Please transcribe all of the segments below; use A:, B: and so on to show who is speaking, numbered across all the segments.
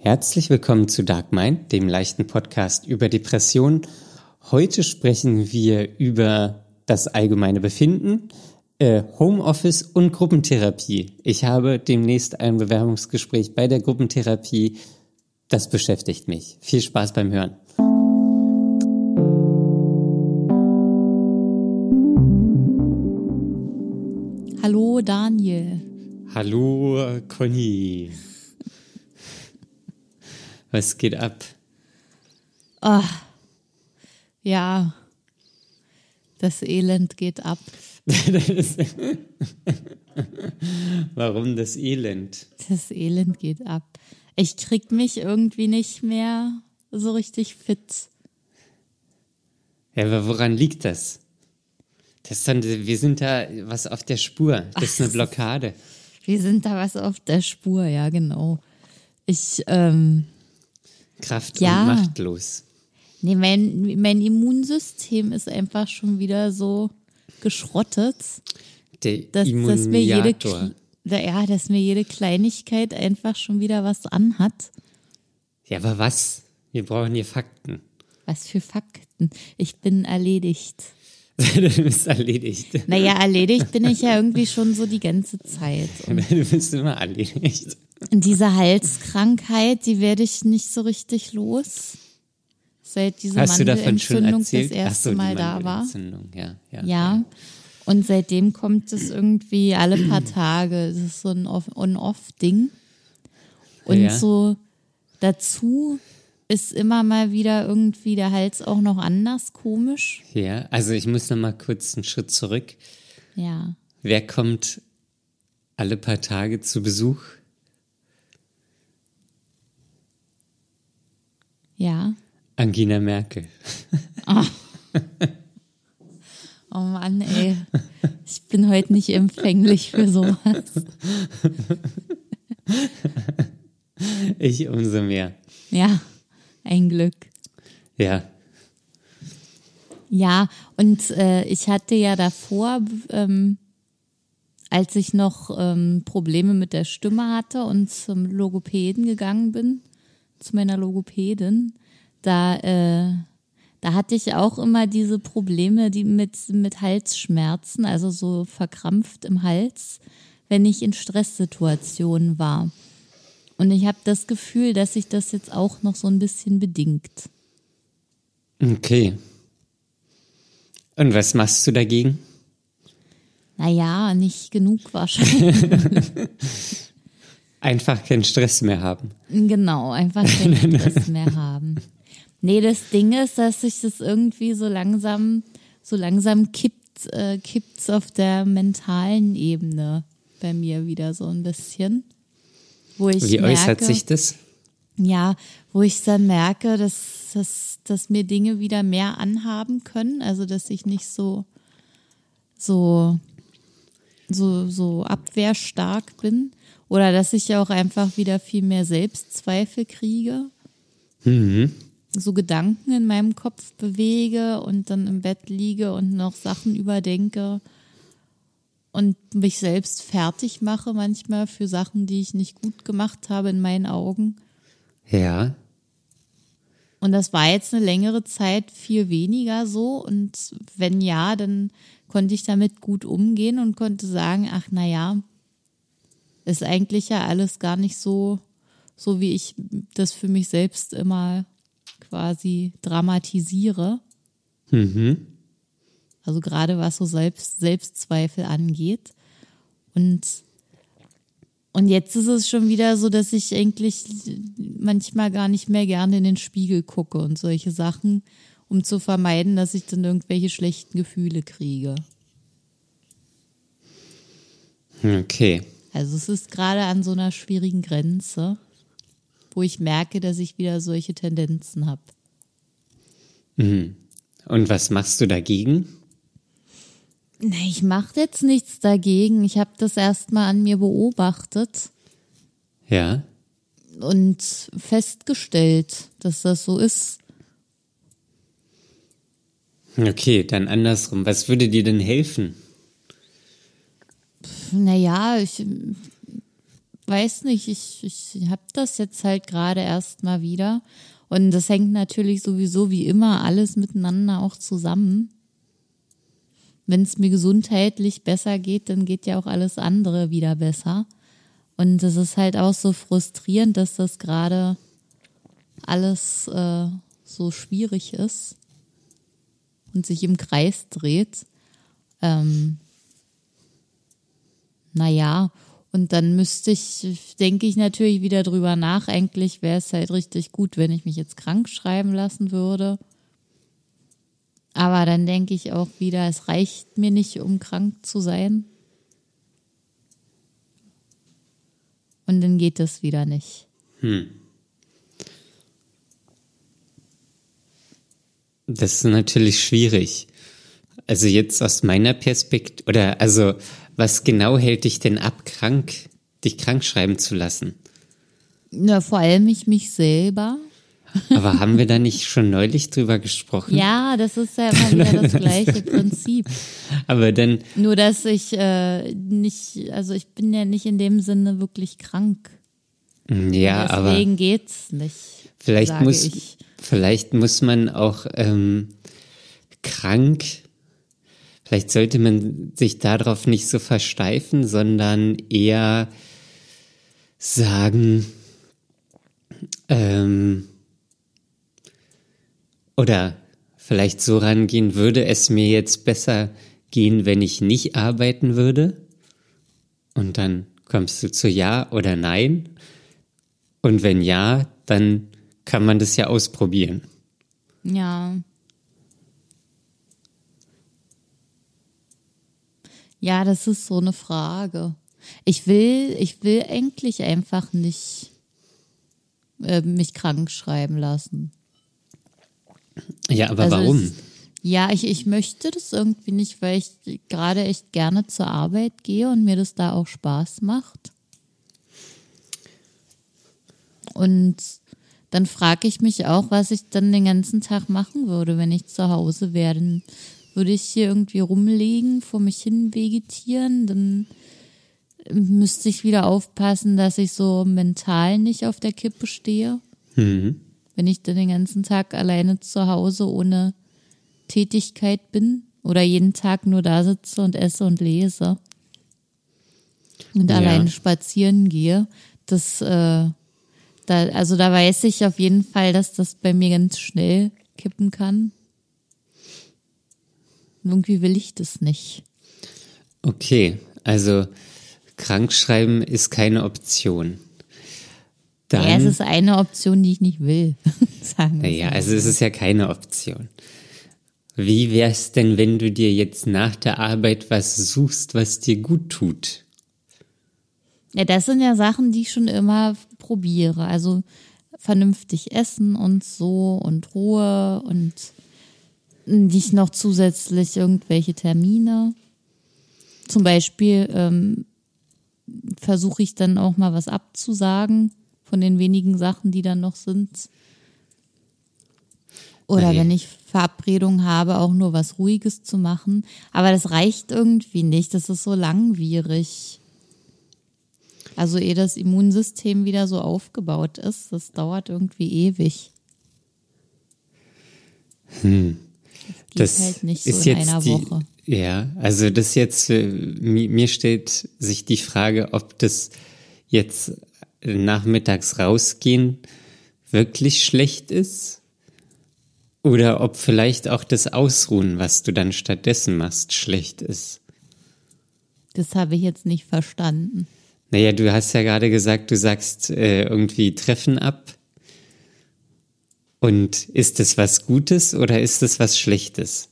A: Herzlich willkommen zu Dark Mind, dem leichten Podcast über Depressionen. Heute sprechen wir über das allgemeine Befinden, äh, Homeoffice und Gruppentherapie. Ich habe demnächst ein Bewerbungsgespräch bei der Gruppentherapie. Das beschäftigt mich. Viel Spaß beim Hören.
B: Hallo Daniel.
A: Hallo Conny. Was geht ab?
B: Ah, ja, das Elend geht ab.
A: Warum das Elend?
B: Das Elend geht ab. Ich krieg mich irgendwie nicht mehr so richtig fit.
A: Ja, aber woran liegt das? Das ist dann, wir sind da was auf der Spur. Das ist eine Blockade.
B: Wir sind da was auf der Spur, ja, genau. Ich, ähm,
A: Kraft
B: Ja.
A: und machtlos.
B: nee, mein, mein Immunsystem ist einfach schon wieder so geschrottet,
A: Der
B: dass, dass mir jede,
A: Immuniator.
B: Kle- ja, dass mir jede Kleinigkeit einfach schon wieder was anhat.
A: Ja, aber was? Wir brauchen hier Fakten.
B: Was für Fakten. Ich bin erledigt.
A: du bist erledigt.
B: Naja, erledigt bin ich ja irgendwie schon so die ganze Zeit.
A: Du bist immer erledigt.
B: Und diese Halskrankheit, die werde ich nicht so richtig los. Seit diese
A: Hast du davon schon
B: Mandelentzündung das
A: erzählt? Ach
B: erste
A: so, die
B: Mal da war.
A: Mandelentzündung, Ja, ja.
B: Ja. Und seitdem kommt es irgendwie alle paar Tage. Das ist so ein Off- On-Off-Ding. Und
A: Ja.
B: so dazu ist immer mal wieder irgendwie der Hals auch noch anders komisch.
A: Ja, also ich muss noch mal kurz einen Schritt zurück.
B: Ja.
A: Wer kommt alle paar Tage zu Besuch?
B: Ja.
A: Angina Merkel.
B: Oh Mann, ey. Ich bin heute nicht empfänglich für sowas.
A: Ich umso mehr.
B: Ja, ein Glück.
A: Ja,
B: Ja, und äh, ich hatte ja davor, ähm, als ich noch ähm, Probleme mit der Stimme hatte und zum Logopäden gegangen bin, zu meiner Logopädin, da, äh, da hatte ich auch immer diese Probleme, die mit, mit Halsschmerzen, also so verkrampft im Hals, wenn ich in Stresssituationen war. Und ich habe das Gefühl, dass sich das jetzt auch noch so ein bisschen bedingt.
A: okay. Und was machst du dagegen?
B: Naja, nicht genug wahrscheinlich.
A: Einfach keinen Stress mehr haben.
B: genau, einfach keinen Stress mehr haben. Nee, das Ding ist, dass sich das irgendwie so langsam, so langsam kippt, äh, kippt's auf der mentalen Ebene bei mir wieder so ein bisschen. Wo ich
A: Wie
B: merke,
A: äußert sich das?
B: Ja, wo ich dann merke, dass, dass, dass mir Dinge wieder mehr anhaben können, also dass ich nicht so, so, so, so abwehrstark bin oder dass ich ja auch einfach wieder viel mehr Selbstzweifel kriege. So Gedanken in meinem Kopf bewege und dann im Bett liege und noch Sachen überdenke und mich selbst fertig mache manchmal für Sachen, die ich nicht gut gemacht habe in meinen Augen.
A: Ja,
B: Und das war jetzt eine längere Zeit viel weniger so. Und wenn ja, dann konnte ich damit gut umgehen und konnte sagen, ach na ja, ist eigentlich ja alles gar nicht so, so wie ich das für mich selbst immer quasi dramatisiere. Also gerade was so Selbst, Selbstzweifel angeht. Und, und jetzt ist es schon wieder so, dass ich eigentlich manchmal gar nicht mehr gerne in den Spiegel gucke und solche Sachen, um zu vermeiden, dass ich dann irgendwelche schlechten Gefühle kriege.
A: okay.
B: Also es ist gerade an so einer schwierigen Grenze, wo ich merke, dass ich wieder solche Tendenzen habe.
A: Und was machst du dagegen?
B: Nee, ich mache jetzt nichts dagegen. Ich habe das erstmal an mir beobachtet
A: Ja,
B: und festgestellt, dass das so ist.
A: okay, dann andersrum. Was würde dir denn helfen?
B: Naja, ich äh, weiß nicht, ich, ich habe das jetzt halt gerade erst mal wieder. Und das hängt natürlich sowieso wie immer alles miteinander auch zusammen. Wenn es mir gesundheitlich besser geht, dann geht ja auch alles andere wieder besser. Und es ist halt auch so frustrierend, dass das gerade alles äh, so schwierig ist und sich im Kreis dreht. Ähm, naja, und dann müsste ich, denke ich natürlich wieder drüber nach. Eigentlich wäre es halt richtig gut, wenn ich mich jetzt krank schreiben lassen würde. Aber dann denke ich auch wieder, es reicht mir nicht, um krank zu sein. Und dann geht es wieder nicht.
A: Hm. Das ist natürlich schwierig. Also jetzt aus meiner Perspektive, oder also was genau hält dich denn ab, krank, dich krank schreiben zu lassen?
B: Na, vor allem ich mich selber.
A: Aber haben wir da nicht schon neulich drüber gesprochen?
B: Ja, das ist ja immer wieder das gleiche Prinzip.
A: Aber dann,
B: Nur dass ich äh, nicht, also ich bin ja nicht in dem Sinne wirklich krank.
A: ja, aber
B: Deswegen geht's nicht.
A: vielleicht
B: sage
A: muss,
B: ich.
A: vielleicht muss man auch ähm, krank, vielleicht sollte man sich darauf nicht so versteifen, sondern eher sagen, ähm, Oder vielleicht so rangehen, würde es mir jetzt besser gehen, wenn ich nicht arbeiten würde? Und dann kommst du zu Ja oder Nein. Und wenn ja, dann kann man das ja ausprobieren.
B: Ja. Ja, das ist so eine Frage. Ich will, ich will eigentlich einfach nicht äh, mich krank schreiben lassen.
A: Ja, aber
B: Also
A: warum?
B: Es, ja, ich, ich möchte das irgendwie nicht, weil ich gerade echt gerne zur Arbeit gehe und mir das da auch Spaß macht. Und dann frage ich mich auch, was ich dann den ganzen Tag machen würde, wenn ich zu Hause wäre. Dann Würde ich hier irgendwie rumlegen, vor mich hin vegetieren, dann müsste ich wieder aufpassen, dass ich so mental nicht auf der Kippe stehe wenn ich dann den ganzen Tag alleine zu Hause ohne Tätigkeit bin oder jeden Tag nur da sitze und esse und lese und
A: Ja.
B: alleine spazieren gehe, das, äh, da, also da weiß ich auf jeden Fall, dass das bei mir ganz schnell kippen kann. Und irgendwie will ich das nicht.
A: Okay, also krankschreiben ist keine Option. Dann,
B: Ja, es ist eine Option, die ich nicht will, sagen wir.
A: Naja, also es ist ja keine Option. Wie wär's denn, wenn du dir jetzt nach der Arbeit was suchst, was dir gut tut?
B: Ja, das sind ja Sachen, die ich schon immer probiere. Also vernünftig essen und so und Ruhe und nicht noch zusätzlich irgendwelche Termine. Zum Beispiel ähm, versuche ich dann auch mal was abzusagen von den wenigen Sachen, die dann noch sind. Oder
A: Nee.
B: wenn ich Verabredungen habe, auch nur was Ruhiges zu machen. Aber das reicht irgendwie nicht. Das ist so langwierig. Also ehe das Immunsystem wieder so aufgebaut ist, das dauert irgendwie ewig. Geht halt nicht so in einer
A: die,
B: Woche.
A: Ja, also das jetzt, äh, mi- mir stellt sich die Frage, ob das jetzt nachmittags rausgehen wirklich schlecht ist oder ob vielleicht auch das Ausruhen, was du dann stattdessen machst, schlecht ist.
B: Das habe ich jetzt nicht verstanden.
A: Naja, du hast ja gerade gesagt, du sagst äh, irgendwie Treffen ab. Und ist das was Gutes oder ist das was Schlechtes?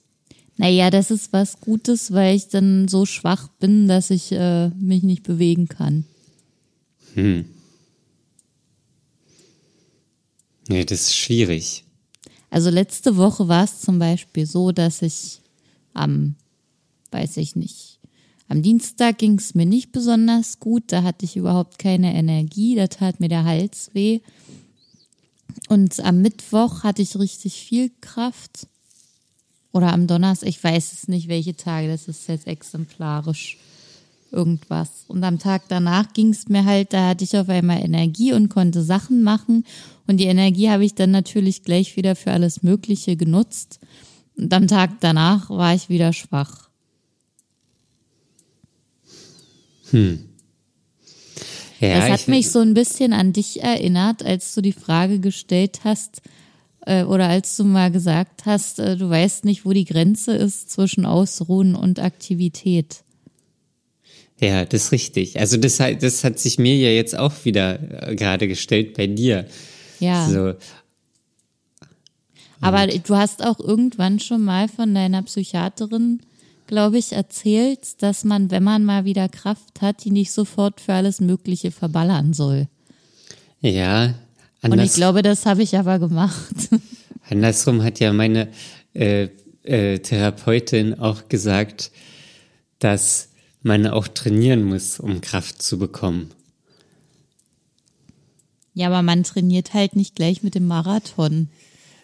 B: Naja, das ist was Gutes, weil ich dann so schwach bin, dass ich äh, mich nicht bewegen kann.
A: Nee, das ist schwierig.
B: Also letzte Woche war es zum Beispiel so, dass ich am, weiß ich nicht, am Dienstag ging es mir nicht besonders gut. Da hatte ich überhaupt keine Energie. Da tat mir der Hals weh. Und am Mittwoch hatte ich richtig viel Kraft. Oder am Donnerstag, ich weiß es nicht, welche Tage, das ist jetzt exemplarisch irgendwas. Und am Tag danach ging es mir halt, da hatte ich auf einmal Energie und konnte Sachen machen. Und die Energie habe ich dann natürlich gleich wieder für alles Mögliche genutzt. Und am Tag danach war ich wieder schwach.
A: Hm. Ja,
B: das
A: ich-
B: hat mich so ein bisschen an dich erinnert, als du die Frage gestellt hast äh, oder als du mal gesagt hast, äh, du weißt nicht, wo die Grenze ist zwischen Ausruhen und Aktivität.
A: Ja, das ist richtig. Also das, hat- das hat sich mir ja jetzt auch wieder äh, gerade gestellt bei dir.
B: Ja,
A: So,
B: aber
A: Mhm.
B: du hast auch irgendwann schon mal von deiner Psychiaterin, glaube ich, erzählt, dass man, wenn man mal wieder Kraft hat, die nicht sofort für alles Mögliche verballern soll.
A: ja,
B: Und
A: anders,
B: ich glaube, das habe ich aber gemacht.
A: andersrum hat ja meine äh, äh, Therapeutin auch gesagt, dass man auch trainieren muss, um Kraft zu bekommen.
B: ja, aber man trainiert halt nicht gleich mit dem Marathon.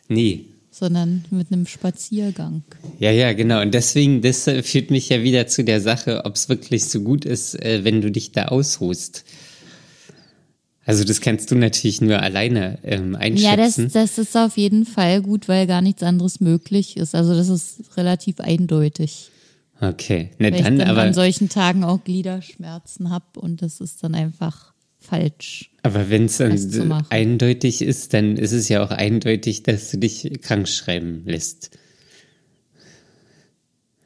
A: Nee,
B: sondern mit einem Spaziergang.
A: Ja, ja, genau. Und deswegen, das äh, führt mich ja wieder zu der Sache, ob es wirklich so gut ist, äh, wenn du dich da ausruhst. Also das kannst du natürlich nur alleine ähm,
B: Ja, das,
A: einschätzen.
B: das ist auf jeden Fall gut, weil gar nichts anderes möglich ist. Also das ist relativ eindeutig.
A: okay, na
B: Weil
A: dann,
B: ich dann an
A: aber,
B: solchen Tagen auch Gliederschmerzen habe und das ist dann einfach falsch.
A: aber wenn es dann
B: das zu machen.
A: eindeutig ist, dann ist es ja auch eindeutig, dass du dich krank schreiben lässt.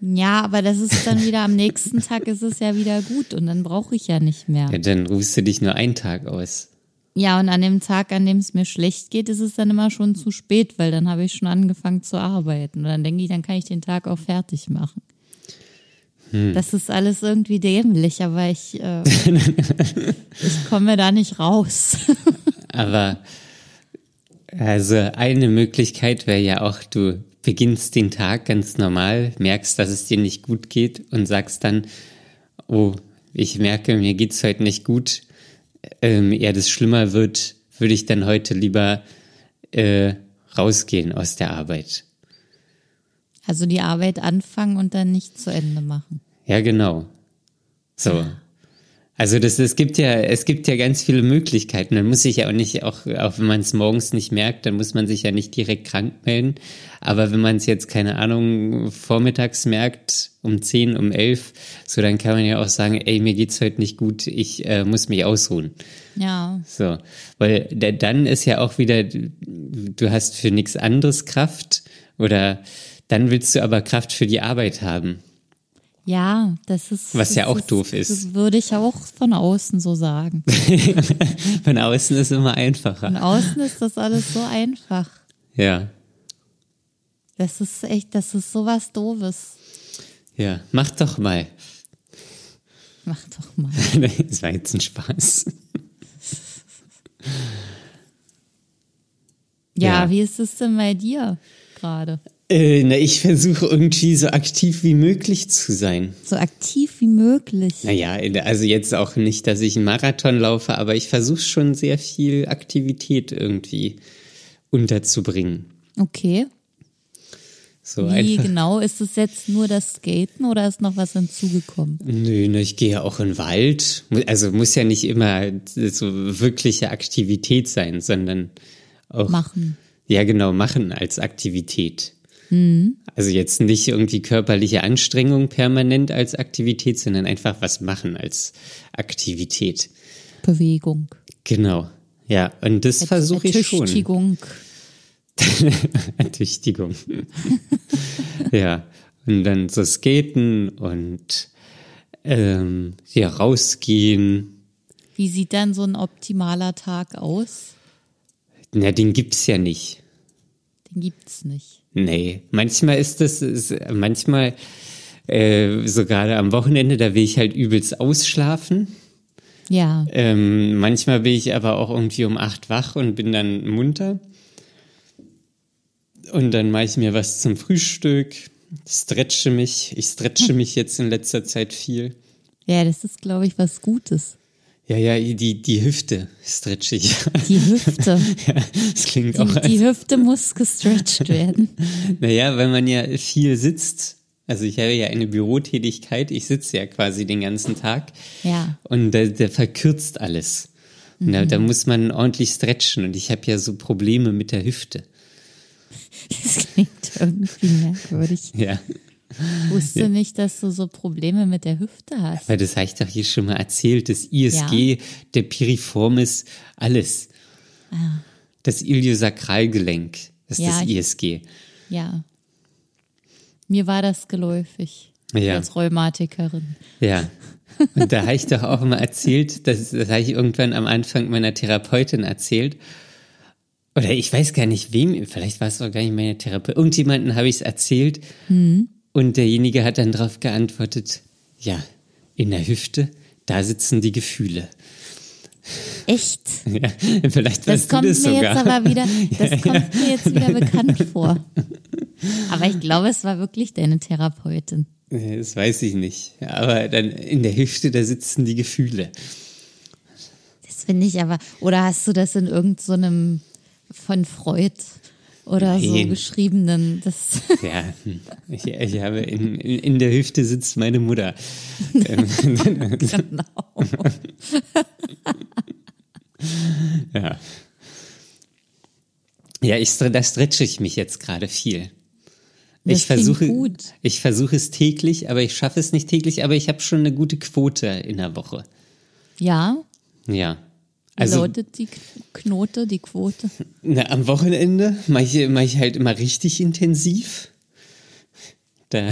B: Ja, aber das ist dann wieder am nächsten Tag ist es ja wieder gut und dann brauche ich ja nicht mehr.
A: Ja, dann rufst du dich nur einen Tag aus.
B: Ja, und an dem Tag, an dem es mir schlecht geht, ist es dann immer schon zu spät, weil dann habe ich schon angefangen zu arbeiten. Und dann denke ich, dann kann ich den Tag auch fertig machen.
A: Hm.
B: Das ist alles irgendwie dämlich, aber ich, äh, ich komme da nicht raus.
A: Aber also eine Möglichkeit wäre ja auch, du beginnst den Tag ganz normal, merkst, dass es dir nicht gut geht und sagst dann, oh, ich merke, mir geht's heute nicht gut. Ähm, ja, das schlimmer wird, würde ich dann heute lieber äh, rausgehen aus der Arbeit.
B: Also die Arbeit anfangen und dann nicht zu Ende machen.
A: Ja, genau. So. Also das, es gibt ja, es gibt ja ganz viele Möglichkeiten. Man muss sich ja auch nicht, auch, auch wenn man es morgens nicht merkt, dann muss man sich ja nicht direkt krank melden. Aber wenn man es jetzt, keine Ahnung, vormittags merkt, um 10, um 11, so dann kann man ja auch sagen, ey, mir geht's heute nicht gut, ich äh, muss mich ausruhen.
B: Ja,
A: So, weil da- dann ist ja auch wieder, du hast für nichts anderes Kraft oder dann willst du aber Kraft für die Arbeit haben.
B: ja, das ist.
A: Was ja
B: das
A: auch doof ist.
B: Würde ich auch von außen so sagen.
A: Von außen ist immer
B: Von
A: einfacher.
B: außen ist das alles so einfach.
A: Ja,
B: Das ist echt, das ist sowas Doofes.
A: ja. Mach doch mal.
B: Mach doch mal.
A: das war jetzt ein Spaß.
B: Ja,
A: Ja.
B: wie ist es denn bei dir gerade?
A: Äh, na, ich versuche irgendwie so aktiv wie möglich zu sein.
B: So aktiv wie möglich.
A: Naja, also jetzt auch nicht, dass ich einen Marathon laufe, aber ich versuche schon sehr viel Aktivität irgendwie unterzubringen.
B: Okay.
A: So
B: Wie
A: einfach.
B: genau ist es jetzt nur das Skaten oder ist noch was hinzugekommen?
A: Nö, ne, ich gehe ja auch in den Wald. Mu- Also muss ja nicht immer so wirkliche Aktivität sein, sondern auch
B: Machen.
A: Ja, genau, machen als Aktivität. Also jetzt nicht irgendwie körperliche Anstrengung permanent als Aktivität, sondern einfach was machen als Aktivität.
B: Bewegung.
A: Genau. Ja, und das versuche ich schon.
B: Ertüchtigung.
A: Ertüchtigung. ja. Und dann so skaten und ähm, ja, rausgehen.
B: Wie sieht dann so ein optimaler Tag aus?
A: Na, den gibt's ja nicht.
B: Den gibt's nicht.
A: Nee, manchmal ist das, ist, manchmal äh, so gerade am Wochenende, da will ich halt übelst ausschlafen.
B: Ja,
A: Ähm, manchmal bin ich aber auch irgendwie um acht wach und bin dann munter. Und dann mache ich mir was zum Frühstück, stretche mich. Ich stretche mich jetzt in letzter Zeit viel.
B: ja, das ist, glaube ich, was Gutes.
A: Ja, ja, die, die Hüfte stretche ich.
B: Die Hüfte.
A: ja, das klingt auch
B: Die, die Hüfte muss gestretched werden.
A: Naja, weil man ja viel sitzt Also ich habe ja eine Bürotätigkeit, ich sitze ja quasi den ganzen Tag.
B: Ja. Mhm.
A: Und der, der verkürzt alles. Und da, da muss man ordentlich stretchen und ich habe ja so Probleme mit der Hüfte.
B: Das klingt irgendwie merkwürdig.
A: Ja.
B: Ich wusste nicht, dass du so Probleme mit der Hüfte hast.
A: Weil das habe ich doch hier schon mal erzählt, das ISG, der Piriformis, alles. Das Iliosakralgelenk ist
B: Ah. Ja,
A: das
B: ich-
A: ISG.
B: Ja. Mir war das geläufig.
A: Ja.
B: Als Rheumatikerin.
A: Ja. Und da habe ich doch auch mal erzählt, das, das habe ich irgendwann am Anfang meiner Therapeutin erzählt. Oder ich weiß gar nicht wem, vielleicht war es auch gar nicht meine Therapeutin. Irgendjemanden habe ich es erzählt
B: Mhm.
A: und derjenige hat dann darauf geantwortet, ja, in der Hüfte, da sitzen die Gefühle.
B: Echt?
A: Ja, vielleicht
B: Das
A: weißt du
B: kommt mir
A: das sogar.
B: jetzt aber wieder, das kommt mir jetzt wieder bekannt vor. Aber ich glaube, es war wirklich deine Therapeutin.
A: Nee, Das weiß ich nicht. Aber dann in der Hüfte, da sitzen die Gefühle.
B: Das finde ich aber. Oder hast du das in irgendeinem von Freud oder so
A: Nein.
B: geschriebenen? Das,
A: Ja, hm. ich, ich habe in, in, in der Hüfte sitzt meine Mutter.
B: genau.
A: Ja, ja ich, stre- da stretche ich mich jetzt gerade viel.
B: Das
A: ich versuche,
B: klingt gut.
A: ich versuche es täglich, aber ich schaffe es nicht täglich, aber ich habe schon eine gute Quote in der Woche.
B: Ja,
A: Ja.
B: also,
A: Also
B: lautet die Knote, die Quote.
A: na, am Wochenende mache ich, mach ich halt immer richtig intensiv. Da,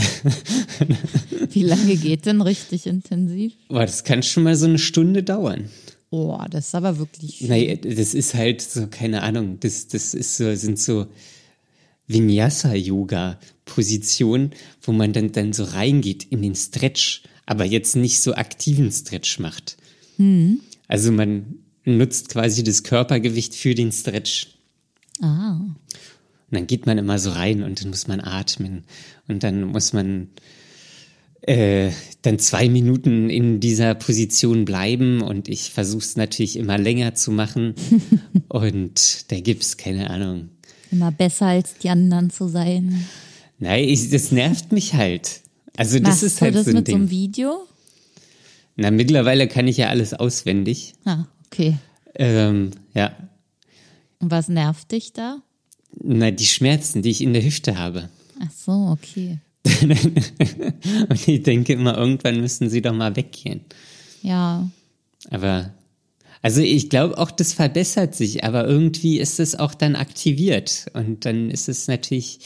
B: Wie lange geht denn richtig intensiv?
A: boah, das kann schon mal so eine Stunde dauern.
B: Oh, das ist aber wirklich. viel.
A: Naja, das ist halt so, keine Ahnung, das, das ist so, sind so Vinyasa-Yoga-Positionen, wo man dann, dann so reingeht in den Stretch, aber jetzt nicht so aktiven Stretch macht. Also man nutzt quasi das Körpergewicht für den Stretch.
B: Ah,
A: Und dann geht man immer so rein und dann muss man atmen und dann muss man äh, dann zwei Minuten in dieser Position bleiben und ich versuche es natürlich immer länger zu machen und da gibt's keine Ahnung.
B: immer besser als die anderen zu sein.
A: Nein, ich, das nervt mich halt. Also das
B: Machst
A: ist halt
B: du das
A: so ein
B: mit so
A: Ding.
B: einem Video?
A: Na, mittlerweile kann ich ja alles auswendig.
B: Ah, okay.
A: Ähm, ja,
B: Und was nervt dich da?
A: na, die Schmerzen, die ich in der Hüfte habe.
B: Ach so, okay.
A: Und ich denke immer, irgendwann müssen sie doch mal weggehen.
B: Ja,
A: Aber also ich glaube auch, das verbessert sich, aber irgendwie ist es auch dann aktiviert und dann ist es natürlich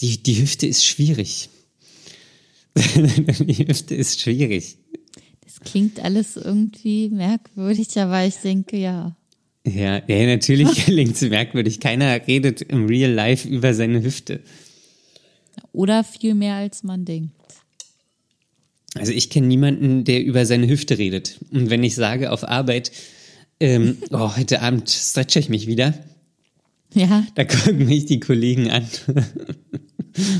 A: die, die Hüfte ist schwierig. die Hüfte ist schwierig.
B: das klingt alles irgendwie merkwürdig, aber ich denke, ja.
A: Ja, ja natürlich klingt es merkwürdig. Keiner redet im Real Life über seine Hüfte.
B: Oder viel mehr als man denkt.
A: Also ich kenne niemanden, der über seine Hüfte redet. Und wenn ich sage auf Arbeit, ähm, oh, heute Abend stretche ich mich wieder,
B: Ja,
A: Da gucken mich die Kollegen an.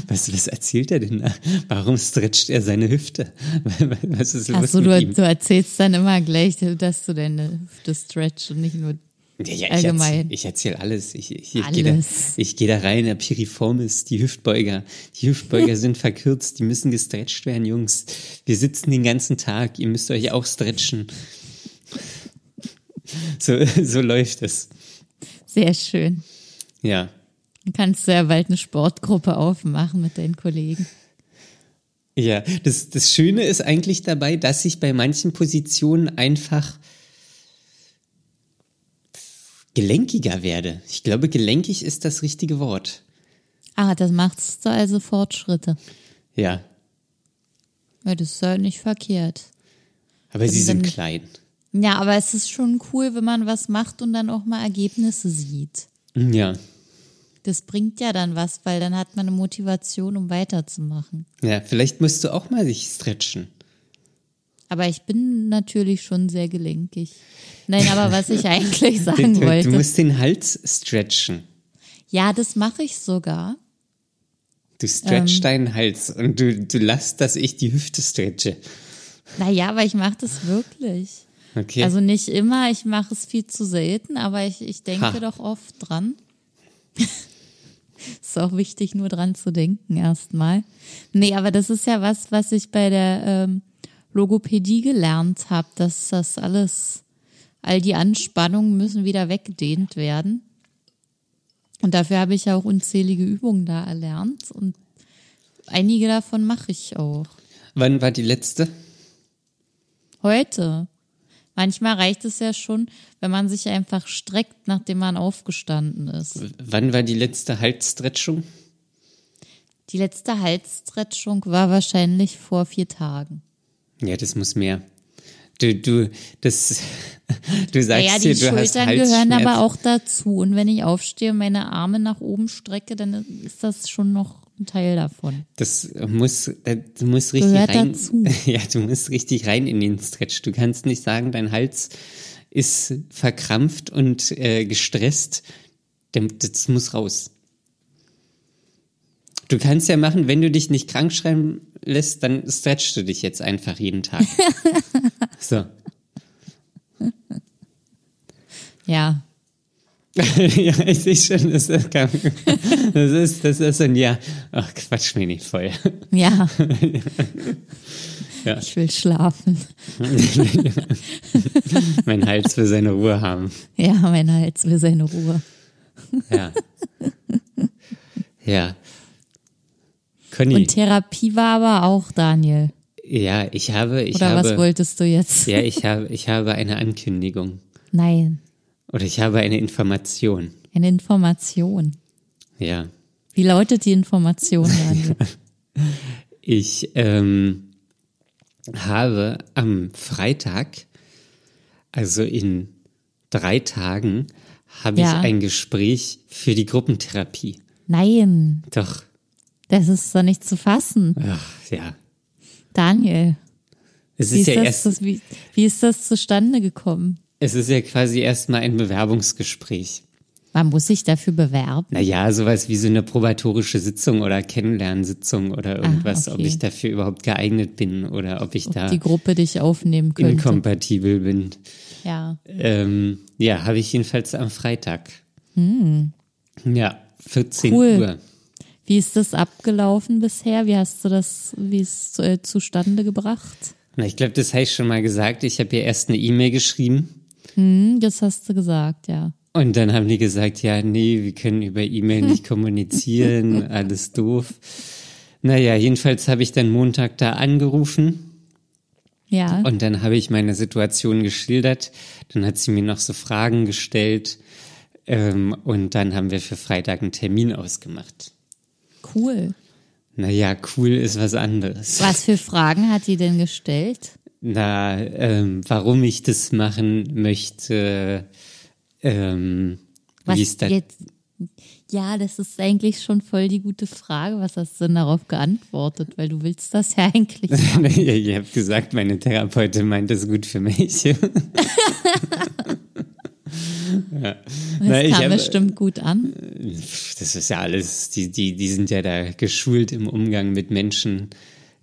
A: Was, was erzählt er denn da? Warum stretcht er seine Hüfte? Was ist los
B: achso,
A: mit
B: du,
A: ihm?
B: du erzählst dann immer gleich, dass du deine Hüfte stretch und nicht nur.
A: ja, ja, ich
B: allgemein.
A: erzähl- Ich erzähle alles. Ich, ich, ich gehe da,
B: Alles.
A: ich geh da rein, der Piriformis, die Hüftbeuger. Die Hüftbeuger sind verkürzt, die müssen gestretcht werden, Jungs. Wir sitzen den ganzen Tag, ihr müsst euch auch stretchen. So, so läuft es.
B: Sehr schön.
A: Ja.
B: Dann kannst du ja bald eine Sportgruppe aufmachen mit deinen Kollegen.
A: Ja, das, das Schöne ist eigentlich dabei, dass ich bei manchen Positionen einfach gelenkiger werde. Ich glaube, gelenkig ist das richtige Wort.
B: Ah, das machst du also Fortschritte.
A: Ja,
B: Ja, das ist ja nicht verkehrt.
A: aber sie sind
B: Also dann-
A: klein.
B: Ja, aber es ist schon cool, wenn man was macht und dann auch mal Ergebnisse sieht.
A: Hm, Ja,
B: Das bringt ja dann was, weil dann hat man eine Motivation, um weiterzumachen.
A: ja, vielleicht musst du auch mal dich stretchen.
B: Aber ich bin natürlich schon sehr gelenkig. Nein, aber was ich eigentlich
A: Du,
B: sagen
A: du, du
B: wollte.
A: musst den Hals stretchen.
B: Ja, das mache ich sogar.
A: Du
B: Ähm.
A: stretch deinen Hals und du, du lass, dass ich die Hüfte stretche.
B: Naja, aber ich mache das wirklich.
A: Okay.
B: Also nicht immer, ich mache es viel zu selten, aber ich, ich denke
A: Ha.
B: doch oft dran. Ist auch wichtig, nur dran zu denken erstmal. Nee, aber das ist ja was, was ich bei der ähm, Logopädie gelernt habe, dass das alles, all die Anspannungen müssen wieder weggedehnt werden. Und dafür habe ich ja auch unzählige Übungen da erlernt und einige davon mache ich auch.
A: Wann war die letzte?
B: Heute. Manchmal reicht es ja schon, wenn man sich einfach streckt, nachdem man aufgestanden ist.
A: W- Wann war die letzte Halsstretchung?
B: Die letzte Halsstretchung war wahrscheinlich vor vier Tagen.
A: Ja, das muss mehr. Du, du, das, du sagst
B: Naja,
A: hier,
B: die
A: du hast
B: Schultern
A: Halsschmerzen.
B: gehören aber auch dazu. Und wenn ich aufstehe und meine Arme nach oben strecke, dann ist das schon noch ein Teil davon.
A: Das muss, äh, du musst richtig
B: Gehört
A: rein.
B: dazu.
A: Ja, du musst richtig rein in den Stretch. Du kannst nicht sagen, dein Hals ist verkrampft und äh, gestresst. Dem- Das muss raus. Du kannst ja machen, wenn du dich nicht krank schreiben lässt, dann stretchst du dich jetzt einfach jeden Tag. so.
B: Ja.
A: ja, ich sehe schon, das ist, das ist, das ist ein Ja. Ach, quatsch mir nicht voll.
B: Ja.
A: Ja.
B: Ich will schlafen.
A: mein Hals will seine Ruhe haben.
B: Ja, mein Hals will seine Ruhe.
A: Ja. ja. Conny,
B: Und Therapie war aber auch, Daniel.
A: ja, ich habe, ich
B: Oder was
A: habe,
B: wolltest du jetzt?
A: ja, ich habe, ich habe eine Ankündigung
B: Nein,
A: oder ich habe eine Information.
B: eine Information.
A: Ja,
B: Wie lautet die Information, Daniel?
A: ich ähm, habe am Freitag, also in drei Tagen, habe
B: Ja.
A: ich ein Gespräch für die Gruppentherapie.
B: Nein,
A: Doch,
B: das ist doch nicht zu fassen.
A: ach, ja,
B: Daniel,
A: es
B: wie
A: ist ja
B: ist, das,
A: erst,
B: das, wie, wie ist das zustande gekommen?
A: es ist ja quasi erstmal ein Bewerbungsgespräch.
B: Man muss sich dafür bewerben.
A: Naja, sowas wie so eine probatorische Sitzung oder Kennenlernsitzung oder irgendwas, ob
B: Ah, okay.
A: ich dafür überhaupt geeignet bin oder ob ich
B: ob
A: da
B: die Gruppe dich aufnehmen könnte.
A: inkompatibel bin.
B: Ja.
A: Ähm, ja, habe ich jedenfalls am Freitag. Ja, 14
B: Cool.
A: Uhr.
B: Wie ist das abgelaufen bisher? Wie hast du das, wie ist äh, zustande gebracht?
A: Na, ich glaube, das habe ich schon mal gesagt. Ich habe ihr erst eine E-Mail geschrieben
B: Hm, das hast du gesagt, ja.
A: und dann haben die gesagt, ja, nee, wir können über E-Mail nicht kommunizieren, alles doof. Naja, jedenfalls habe ich dann Montag da angerufen.
B: Ja.
A: Und dann habe ich meine Situation geschildert. Dann hat sie mir noch so Fragen gestellt. Ähm, und dann haben wir für Freitag einen Termin ausgemacht.
B: cool.
A: Naja, cool ist was anderes.
B: Was für Fragen hat die denn gestellt?
A: Na, ähm, warum ich das machen möchte, ähm,
B: Was
A: wie ist das?
B: jetzt? Ja, das ist eigentlich schon voll die gute Frage. Was hast du denn darauf geantwortet? Weil du willst das ja eigentlich.
A: Ihr habt gesagt, meine Therapeutin meint das gut für mich. ja. Na,
B: Das
A: ich
B: kam
A: hab-
B: bestimmt gut an.
A: Pff, das ist ja alles, die, die, die sind ja da geschult im Umgang mit Menschen.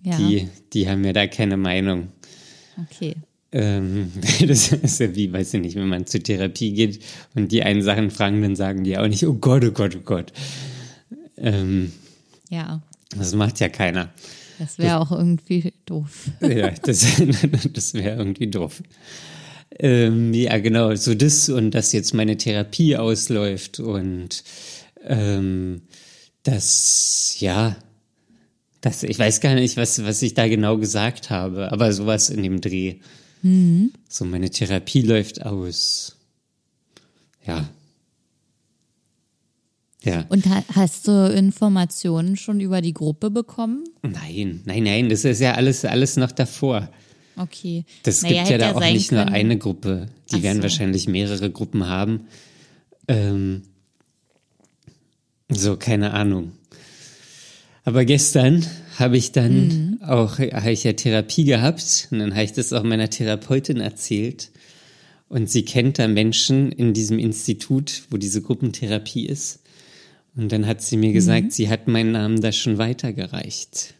B: Ja.
A: Die, die haben ja da keine Meinung.
B: Okay.
A: Ähm, das ist ja wie, weiß ich nicht, wenn man zur Therapie geht und die einen Sachen fragen, dann sagen die auch nicht, oh Gott, oh Gott, oh Gott. Ähm,
B: Ja.
A: das macht ja keiner.
B: Das wäre auch irgendwie doof.
A: Ja, das, das wäre irgendwie doof. Ähm, ja, genau, so das und dass jetzt meine Therapie ausläuft und ähm, das, ja, das, ich weiß gar nicht, was, was ich da genau gesagt habe, aber sowas in dem Dreh. So, meine Therapie läuft aus. Ja. Ja.
B: Und ha hast du Informationen schon über die Gruppe bekommen?
A: Nein, nein, nein, das ist ja alles, alles noch davor.
B: Okay.
A: Das
B: Naja,
A: gibt ja
B: hätte
A: da auch
B: sein
A: nicht nur
B: können.
A: eine Gruppe. Die
B: Ach
A: werden
B: so.
A: wahrscheinlich mehrere Gruppen haben. Ähm, so, keine Ahnung. Aber gestern habe ich dann
B: Mhm.
A: auch, habe ich ja Therapie gehabt und dann habe ich das auch meiner Therapeutin erzählt. Und sie kennt da Menschen in diesem Institut, wo diese Gruppentherapie ist. Und dann hat sie
B: Mhm.
A: mir gesagt, sie hat meinen Namen da schon weitergereicht.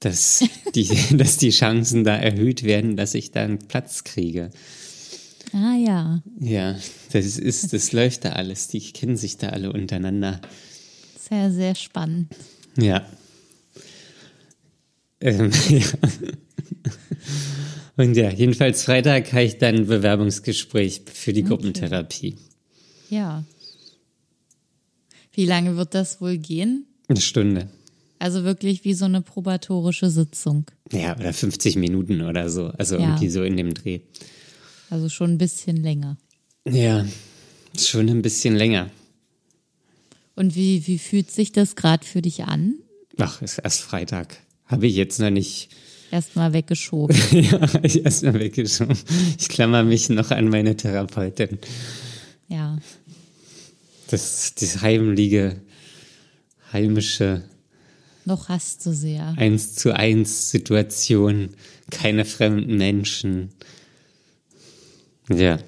A: Dass die, dass die Chancen da erhöht werden, dass ich da einen Platz kriege.
B: Ah ja.
A: Ja, das ist, das läuft da alles. Die kennen sich da alle untereinander.
B: Sehr, sehr spannend.
A: Ja. Ähm, ja. Und ja, jedenfalls Freitag habe ich dann ein Bewerbungsgespräch für die Gruppentherapie.
B: Ja. Wie lange wird das wohl gehen?
A: Eine Stunde.
B: Also wirklich wie so eine probatorische Sitzung.
A: Ja, oder 50 Minuten oder so. Also
B: Ja.
A: irgendwie so in dem Dreh.
B: Also schon ein bisschen länger.
A: Ja, schon ein bisschen länger.
B: Und wie, wie fühlt sich das gerade für dich an?
A: Ach, ist erst Freitag. Habe ich jetzt noch nicht.
B: Erstmal weggeschoben.
A: ja, hab ich erstmal weggeschoben. Ich klammer mich noch an meine Therapeutin.
B: Ja.
A: Das ist das heimliche, heimische
B: Noch hast du sie ja.
A: eins zu eins Situation, keine fremden Menschen. Ja,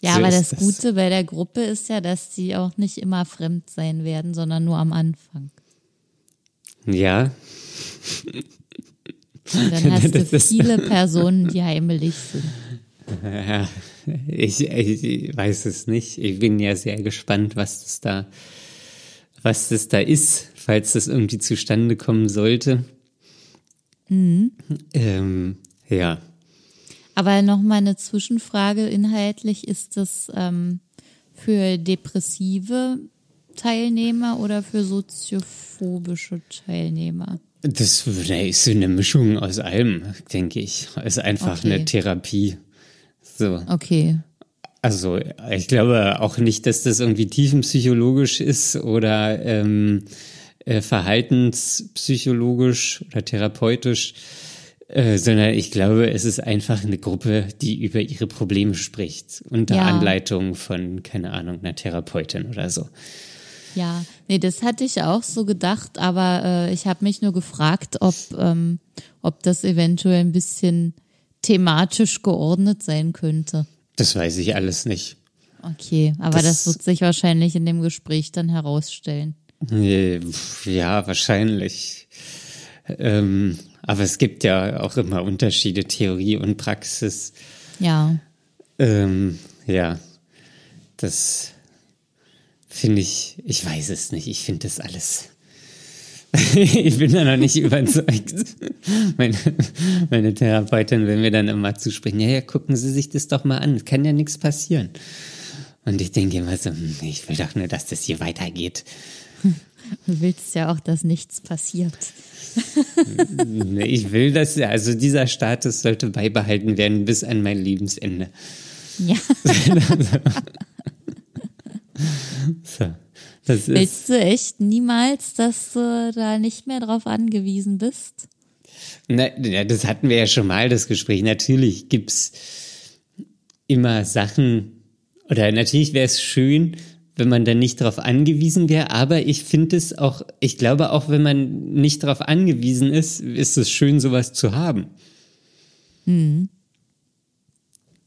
B: Ja,
A: So
B: aber
A: ist
B: das
A: das.
B: Gute bei der Gruppe ist ja, dass sie auch nicht immer fremd sein werden, sondern nur am Anfang.
A: ja,
B: Und dann hast du
A: Das ist-
B: viele Personen, die heimelig sind.
A: ja. Ich, ich, ich weiß es nicht. Ich bin ja sehr gespannt, was das da, was das da ist, falls das irgendwie zustande kommen sollte. Ähm, ja,
B: Aber nochmal eine Zwischenfrage inhaltlich. Ist das ähm, für depressive Teilnehmer oder für soziophobische Teilnehmer?
A: das na, ist so eine Mischung aus allem, denke ich. Ist einfach
B: Okay.
A: eine Therapie. So.
B: Okay.
A: Also ich glaube auch nicht, dass das irgendwie tiefenpsychologisch ist oder ähm, äh, verhaltenspsychologisch oder therapeutisch, äh, sondern ich glaube, es ist einfach eine Gruppe, die über ihre Probleme spricht, unter
B: Ja.
A: Anleitung von, keine Ahnung, einer Therapeutin oder so.
B: Ja, nee, das hatte ich auch so gedacht, aber äh, ich habe mich nur gefragt, ob, ähm, ob das eventuell ein bisschen thematisch geordnet sein könnte.
A: Das weiß ich alles nicht.
B: Okay, aber das,
A: Das-
B: wird sich wahrscheinlich in dem Gespräch dann herausstellen.
A: Nee, pf, Ja, wahrscheinlich. Ähm, aber es gibt ja auch immer Unterschiede, Theorie und Praxis.
B: Ja,
A: Ähm, ja, das finde ich, ich weiß es nicht, ich finde das alles. ich bin da noch nicht überzeugt. Meine, meine Therapeutin will mir dann immer zusprechen, ja, ja, gucken Sie sich das doch mal an, es kann ja nichts passieren. Und ich denke immer so, hm, ich will doch nur, dass das hier weitergeht.
B: du willst ja auch, dass nichts passiert.
A: Nee, Ne, Ich will das, also dieser Status sollte beibehalten werden bis an mein Lebensende.
B: Ja,
A: So, das ist,
B: willst du echt niemals, dass du da nicht mehr drauf angewiesen bist?
A: Na, na, das hatten wir ja schon mal, das Gespräch. Natürlich gibt's immer Sachen, oder natürlich wäre es schön, wenn man dann nicht darauf angewiesen wäre, aber ich finde es auch, ich glaube auch, wenn man nicht darauf angewiesen ist, ist es schön, sowas zu haben.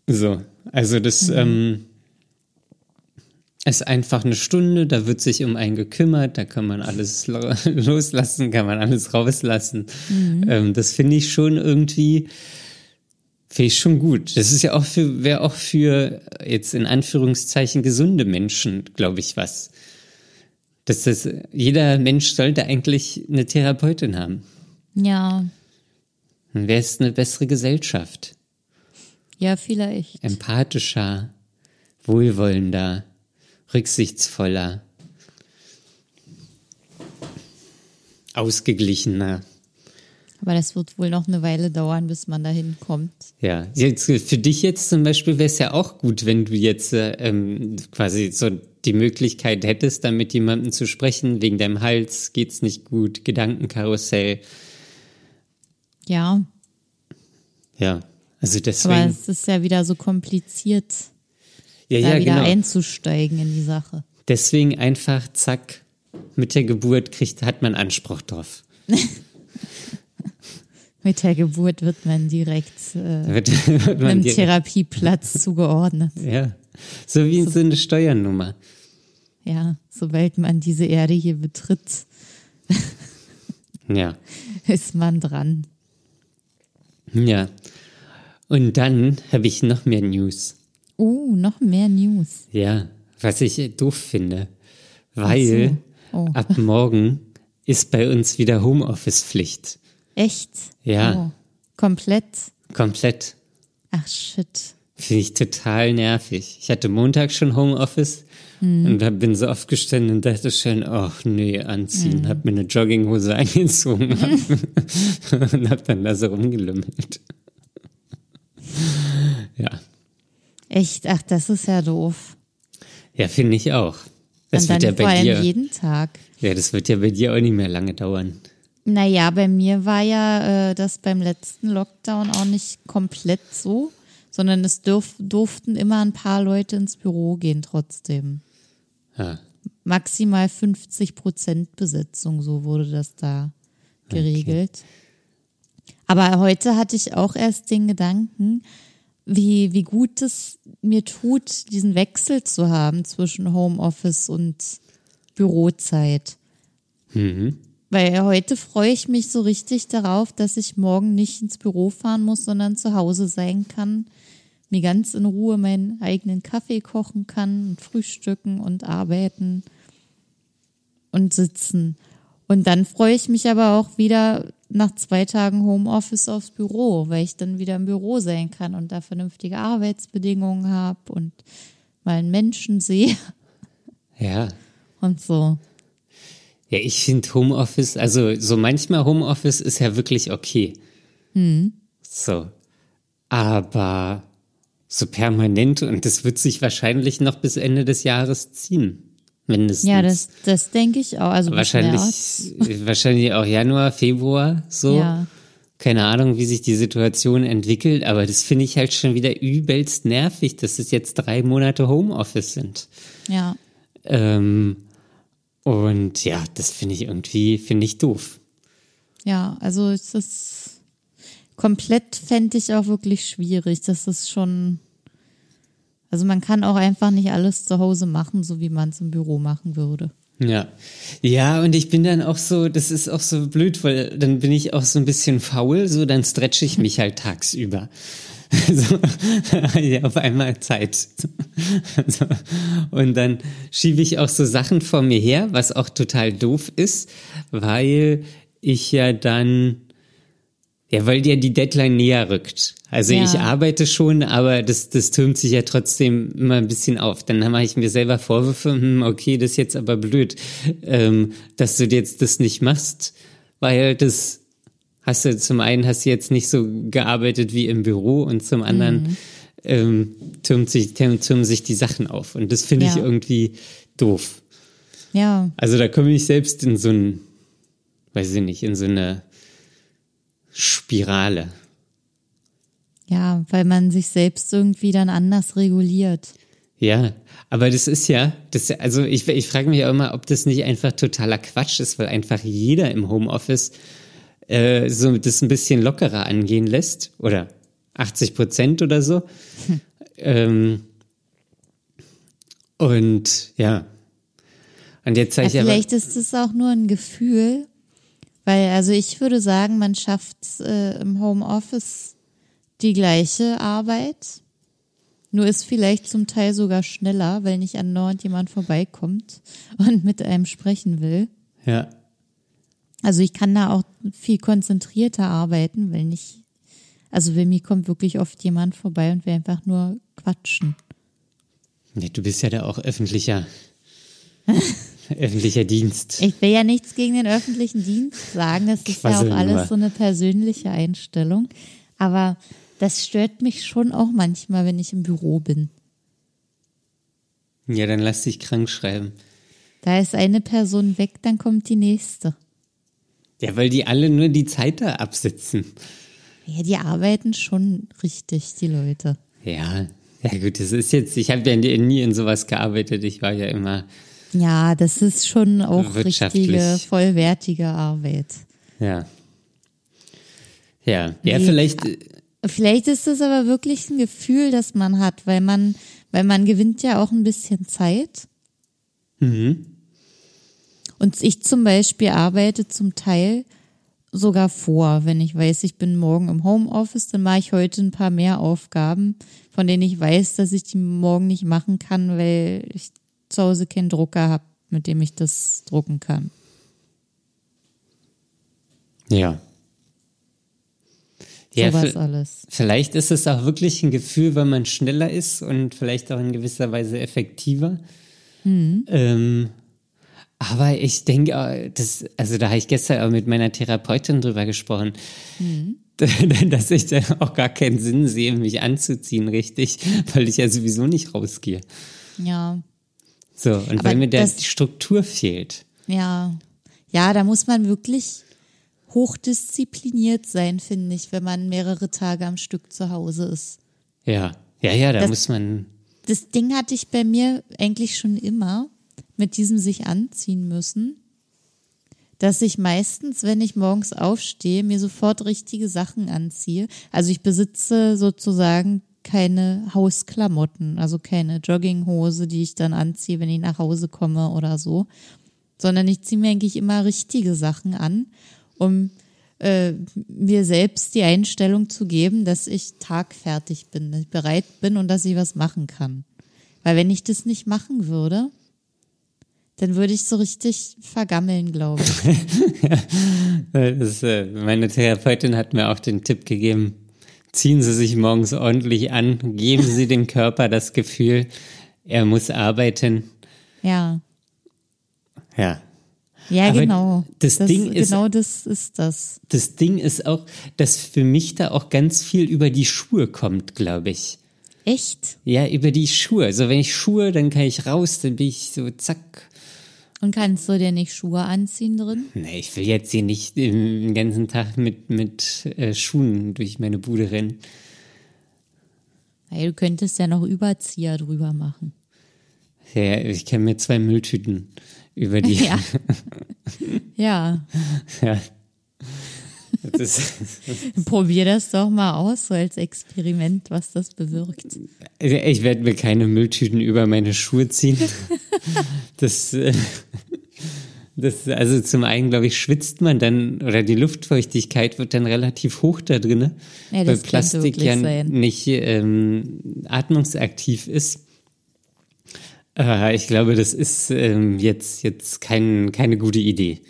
A: So, also das ähm, ist einfach eine Stunde, da wird sich um einen gekümmert, da kann man alles lo- loslassen, kann man alles rauslassen. Ähm, das finde ich schon irgendwie, finde ich schon gut. Das ist ja auch für, wäre auch für äh, jetzt in Anführungszeichen gesunde Menschen, glaube ich, was. Dass das, jeder Mensch sollte eigentlich eine Therapeutin haben.
B: Ja,
A: Dann wäre es eine bessere Gesellschaft.
B: ja, vielleicht.
A: empathischer, wohlwollender, rücksichtsvoller, ausgeglichener.
B: Aber das wird wohl noch eine Weile dauern, bis man dahin kommt.
A: Ja, jetzt, äh, für dich jetzt zum Beispiel wäre es ja auch gut, wenn du jetzt äh, ähm, quasi so die Möglichkeit hättest, dann mit jemandem zu sprechen, wegen deinem Hals, geht's nicht gut, Gedankenkarussell.
B: Ja,
A: Ja, also deswegen.
B: aber es ist ja wieder so kompliziert,
A: ja,
B: da
A: ja,
B: wieder
A: genau.
B: einzusteigen in die Sache.
A: Deswegen einfach, zack, mit der Geburt kriegt, hat man Anspruch drauf.
B: Mit der Geburt wird man direkt äh,
A: Wird, wird man
B: einem
A: direkt-
B: Therapieplatz zugeordnet.
A: Ja, so wie so eine Steuernummer.
B: Ja, sobald man diese Erde hier betritt,
A: Ja,
B: ist man dran.
A: ja. Und dann habe ich noch mehr News.
B: Oh, noch Uh, mehr News.
A: Ja, Was ich äh, doof finde, weil
B: Ach so. Oh.
A: ab morgen ist bei uns wieder Homeoffice-Pflicht.
B: Echt?
A: Ja.
B: Oh. Komplett?
A: Komplett.
B: Ach, shit.
A: Finde ich total nervig. Ich hatte Montag schon Homeoffice
B: Mhm.
A: und da bin so aufgestanden und dachte schon, ach nee,
B: Mhm.
A: anziehen. Hab mir eine Jogginghose angezogen und hab dann da so rumgelümmelt. Ja,
B: Echt? Ach, das ist ja doof.
A: ja finde ich auch. Das
B: Und dann
A: wird ja
B: vor
A: bei
B: allem
A: dir.
B: jeden Tag.
A: Ja, das wird ja bei dir auch nicht mehr lange dauern.
B: Naja, bei mir war ja äh, das beim letzten Lockdown auch nicht komplett so, sondern es dürf, durften immer ein paar Leute ins Büro gehen trotzdem.
A: Ja.
B: Maximal 50 Prozent Besetzung, so wurde das da geregelt. Aber heute hatte ich auch erst den Gedanken, wie, wie gut es mir tut, diesen Wechsel zu haben zwischen Homeoffice und Bürozeit. Weil heute freue ich mich so richtig darauf, dass ich morgen nicht ins Büro fahren muss, sondern zu Hause sein kann, mir ganz in Ruhe meinen eigenen Kaffee kochen kann und frühstücken und arbeiten und sitzen. Und dann freue ich mich aber auch wieder nach zwei Tagen Homeoffice aufs Büro, weil ich dann wieder im Büro sein kann und da vernünftige Arbeitsbedingungen habe und mal einen Menschen sehe
A: Ja.
B: und so.
A: Ja, ich finde Homeoffice, also so manchmal Homeoffice ist ja wirklich okay.
B: Mhm.
A: So. Aber so permanent und das wird sich wahrscheinlich noch bis Ende des Jahres ziehen. Mindestens.
B: Ja, das, das denke ich auch. Also bis März.
A: wahrscheinlich, wahrscheinlich auch Januar, Februar, so.
B: Ja.
A: Keine Ahnung, wie sich die Situation entwickelt, aber das finde ich halt schon wieder übelst nervig, dass es jetzt drei Monate Homeoffice sind.
B: Ja.
A: Ähm, und ja, das finde ich irgendwie, finde ich doof.
B: Ja, also es ist komplett fände ich auch wirklich schwierig. Das ist schon. Also man kann auch einfach nicht alles zu Hause machen, so wie man es im Büro machen würde.
A: Ja. Ja, und ich bin dann auch so, das ist auch so blöd, weil dann bin ich auch so ein bisschen faul, so dann stretche ich mich halt tagsüber. So, ja, auf einmal Zeit. So. Und dann schiebe ich auch so Sachen vor mir her, was auch total doof ist, weil ich ja dann, ja, weil dir die Deadline näher rückt. Also
B: Ja.
A: ich arbeite schon, aber das, das türmt sich ja trotzdem immer ein bisschen auf. Dann mache ich mir selber Vorwürfe, hm, okay, das ist jetzt aber blöd, ähm, dass du jetzt das nicht machst, weil das hast du zum einen hast du jetzt nicht so gearbeitet wie im Büro und zum anderen ähm, türmt sich, türm- türmen sich die Sachen auf. Und das finde ich
B: Ja.
A: irgendwie doof.
B: Ja,
A: Also da komme ich selbst in so ein, weiß ich nicht, in so eine Spirale.
B: ja, weil man sich selbst irgendwie dann anders reguliert.
A: Ja, aber das ist ja, das, also ich, ich frage mich auch immer, ob das nicht einfach totaler Quatsch ist, weil einfach jeder im Homeoffice äh, so das ein bisschen lockerer angehen lässt oder 80 Prozent oder so.
B: Hm.
A: Ähm, und ja, und jetzt
B: Ja,
A: zeige ich aber,
B: vielleicht ist es auch nur ein Gefühl, weil also ich würde sagen, man schafft äh, im Homeoffice die gleiche Arbeit, nur ist vielleicht zum Teil sogar schneller, weil nicht andauernd jemand vorbeikommt und mit einem sprechen will.
A: ja,
B: Also ich kann da auch viel konzentrierter arbeiten, weil nicht, also bei mir kommt wirklich oft jemand vorbei und will einfach nur quatschen.
A: ja, du bist ja da auch öffentlicher, öffentlicher Dienst.
B: Ich will ja nichts gegen den öffentlichen Dienst sagen. Das ist ja
A: Quassel nur.
B: auch alles so eine persönliche Einstellung. Aber das stört mich schon auch manchmal, wenn ich im Büro bin.
A: Ja, dann lass dich krank schreiben.
B: Da ist eine Person weg, dann kommt die nächste.
A: Ja, weil die alle nur die Zeit da absitzen.
B: Ja, die arbeiten schon richtig, die Leute.
A: Ja, ja gut, das ist jetzt, ich habe ja nie in sowas gearbeitet, ich war ja immer,
B: Ja, das ist schon auch
A: Wirtschaftlich.
B: richtige, vollwertige Arbeit.
A: ja. Ja, ja,
B: Nee,
A: vielleicht, äh,
B: Vielleicht ist es aber wirklich ein Gefühl, das man hat, weil man, weil man gewinnt ja auch ein bisschen Zeit. Und ich zum Beispiel arbeite zum Teil sogar vor, wenn ich weiß, ich bin morgen im Homeoffice, dann mache ich heute ein paar mehr Aufgaben, von denen ich weiß, dass ich die morgen nicht machen kann, weil ich zu Hause keinen Drucker habe, mit dem ich das drucken kann.
A: Ja. Ja,
B: Sowas
A: vi-
B: alles.
A: vielleicht ist es auch wirklich ein Gefühl, weil man schneller ist und vielleicht auch in gewisser Weise effektiver.
B: Mhm.
A: Ähm, aber ich denke, äh, das, also da habe ich gestern auch mit meiner Therapeutin drüber gesprochen,
B: Mhm.
A: dass ich da auch gar keinen Sinn sehe, mich anzuziehen, richtig, weil ich ja sowieso nicht rausgehe.
B: Ja.
A: So, und
B: Aber
A: weil mir da
B: das-
A: die Struktur fehlt.
B: Ja. Ja, da muss man wirklich hochdiszipliniert sein, finde ich, wenn man mehrere Tage am Stück zu Hause ist.
A: Ja, ja, ja, da
B: Das-
A: muss man.
B: Das Ding hatte ich bei mir eigentlich schon immer mit diesem sich anziehen müssen, dass ich meistens, wenn ich morgens aufstehe, mir sofort richtige Sachen anziehe. Also ich besitze sozusagen keine Hausklamotten, also keine Jogginghose, die ich dann anziehe, wenn ich nach Hause komme oder so, sondern ich ziehe mir eigentlich immer richtige Sachen an, um äh, mir selbst die Einstellung zu geben, dass ich tagfertig bin, dass ich bereit bin und dass ich was machen kann. Weil wenn ich das nicht machen würde, dann würde ich so richtig vergammeln, glaube ich.
A: äh, Das, äh, meine Therapeutin hat mir auch den Tipp gegeben: ziehen Sie sich morgens ordentlich an, geben Sie dem Körper das Gefühl, er muss arbeiten.
B: Ja.
A: Ja.
B: Ja,
A: Aber
B: genau.
A: das Ding ist-
B: genau das ist das.
A: Das Ding ist auch, dass für mich da auch ganz viel über die Schuhe kommt, glaube ich.
B: Echt?
A: Ja, über die Schuhe. So, wenn ich Schuhe, dann kann ich raus, dann bin ich so zack.
B: Und kannst du dir nicht Schuhe anziehen drin?
A: Nee, ich will jetzt hier nicht den ganzen Tag mit, mit äh, Schuhen durch meine Bude rennen.
B: Hey, du könntest ja noch Überzieher drüber machen.
A: Ja, ich kann mir zwei Mülltüten über die.
B: Ja. ja.
A: Ja. Das ist,
B: Probier das doch mal aus, so als Experiment, was das bewirkt.
A: also ich werde mir keine Mülltüten über meine Schuhe ziehen. Das, äh, das, also zum einen, glaube ich, schwitzt man dann oder die Luftfeuchtigkeit wird dann relativ hoch da drinne,
B: Ja,
A: weil
B: das könnte
A: Plastik
B: wirklich
A: ja
B: sein.
A: nicht ähm, atmungsaktiv ist. Äh, ich glaube, das ist ähm, jetzt, jetzt kein, keine gute Idee.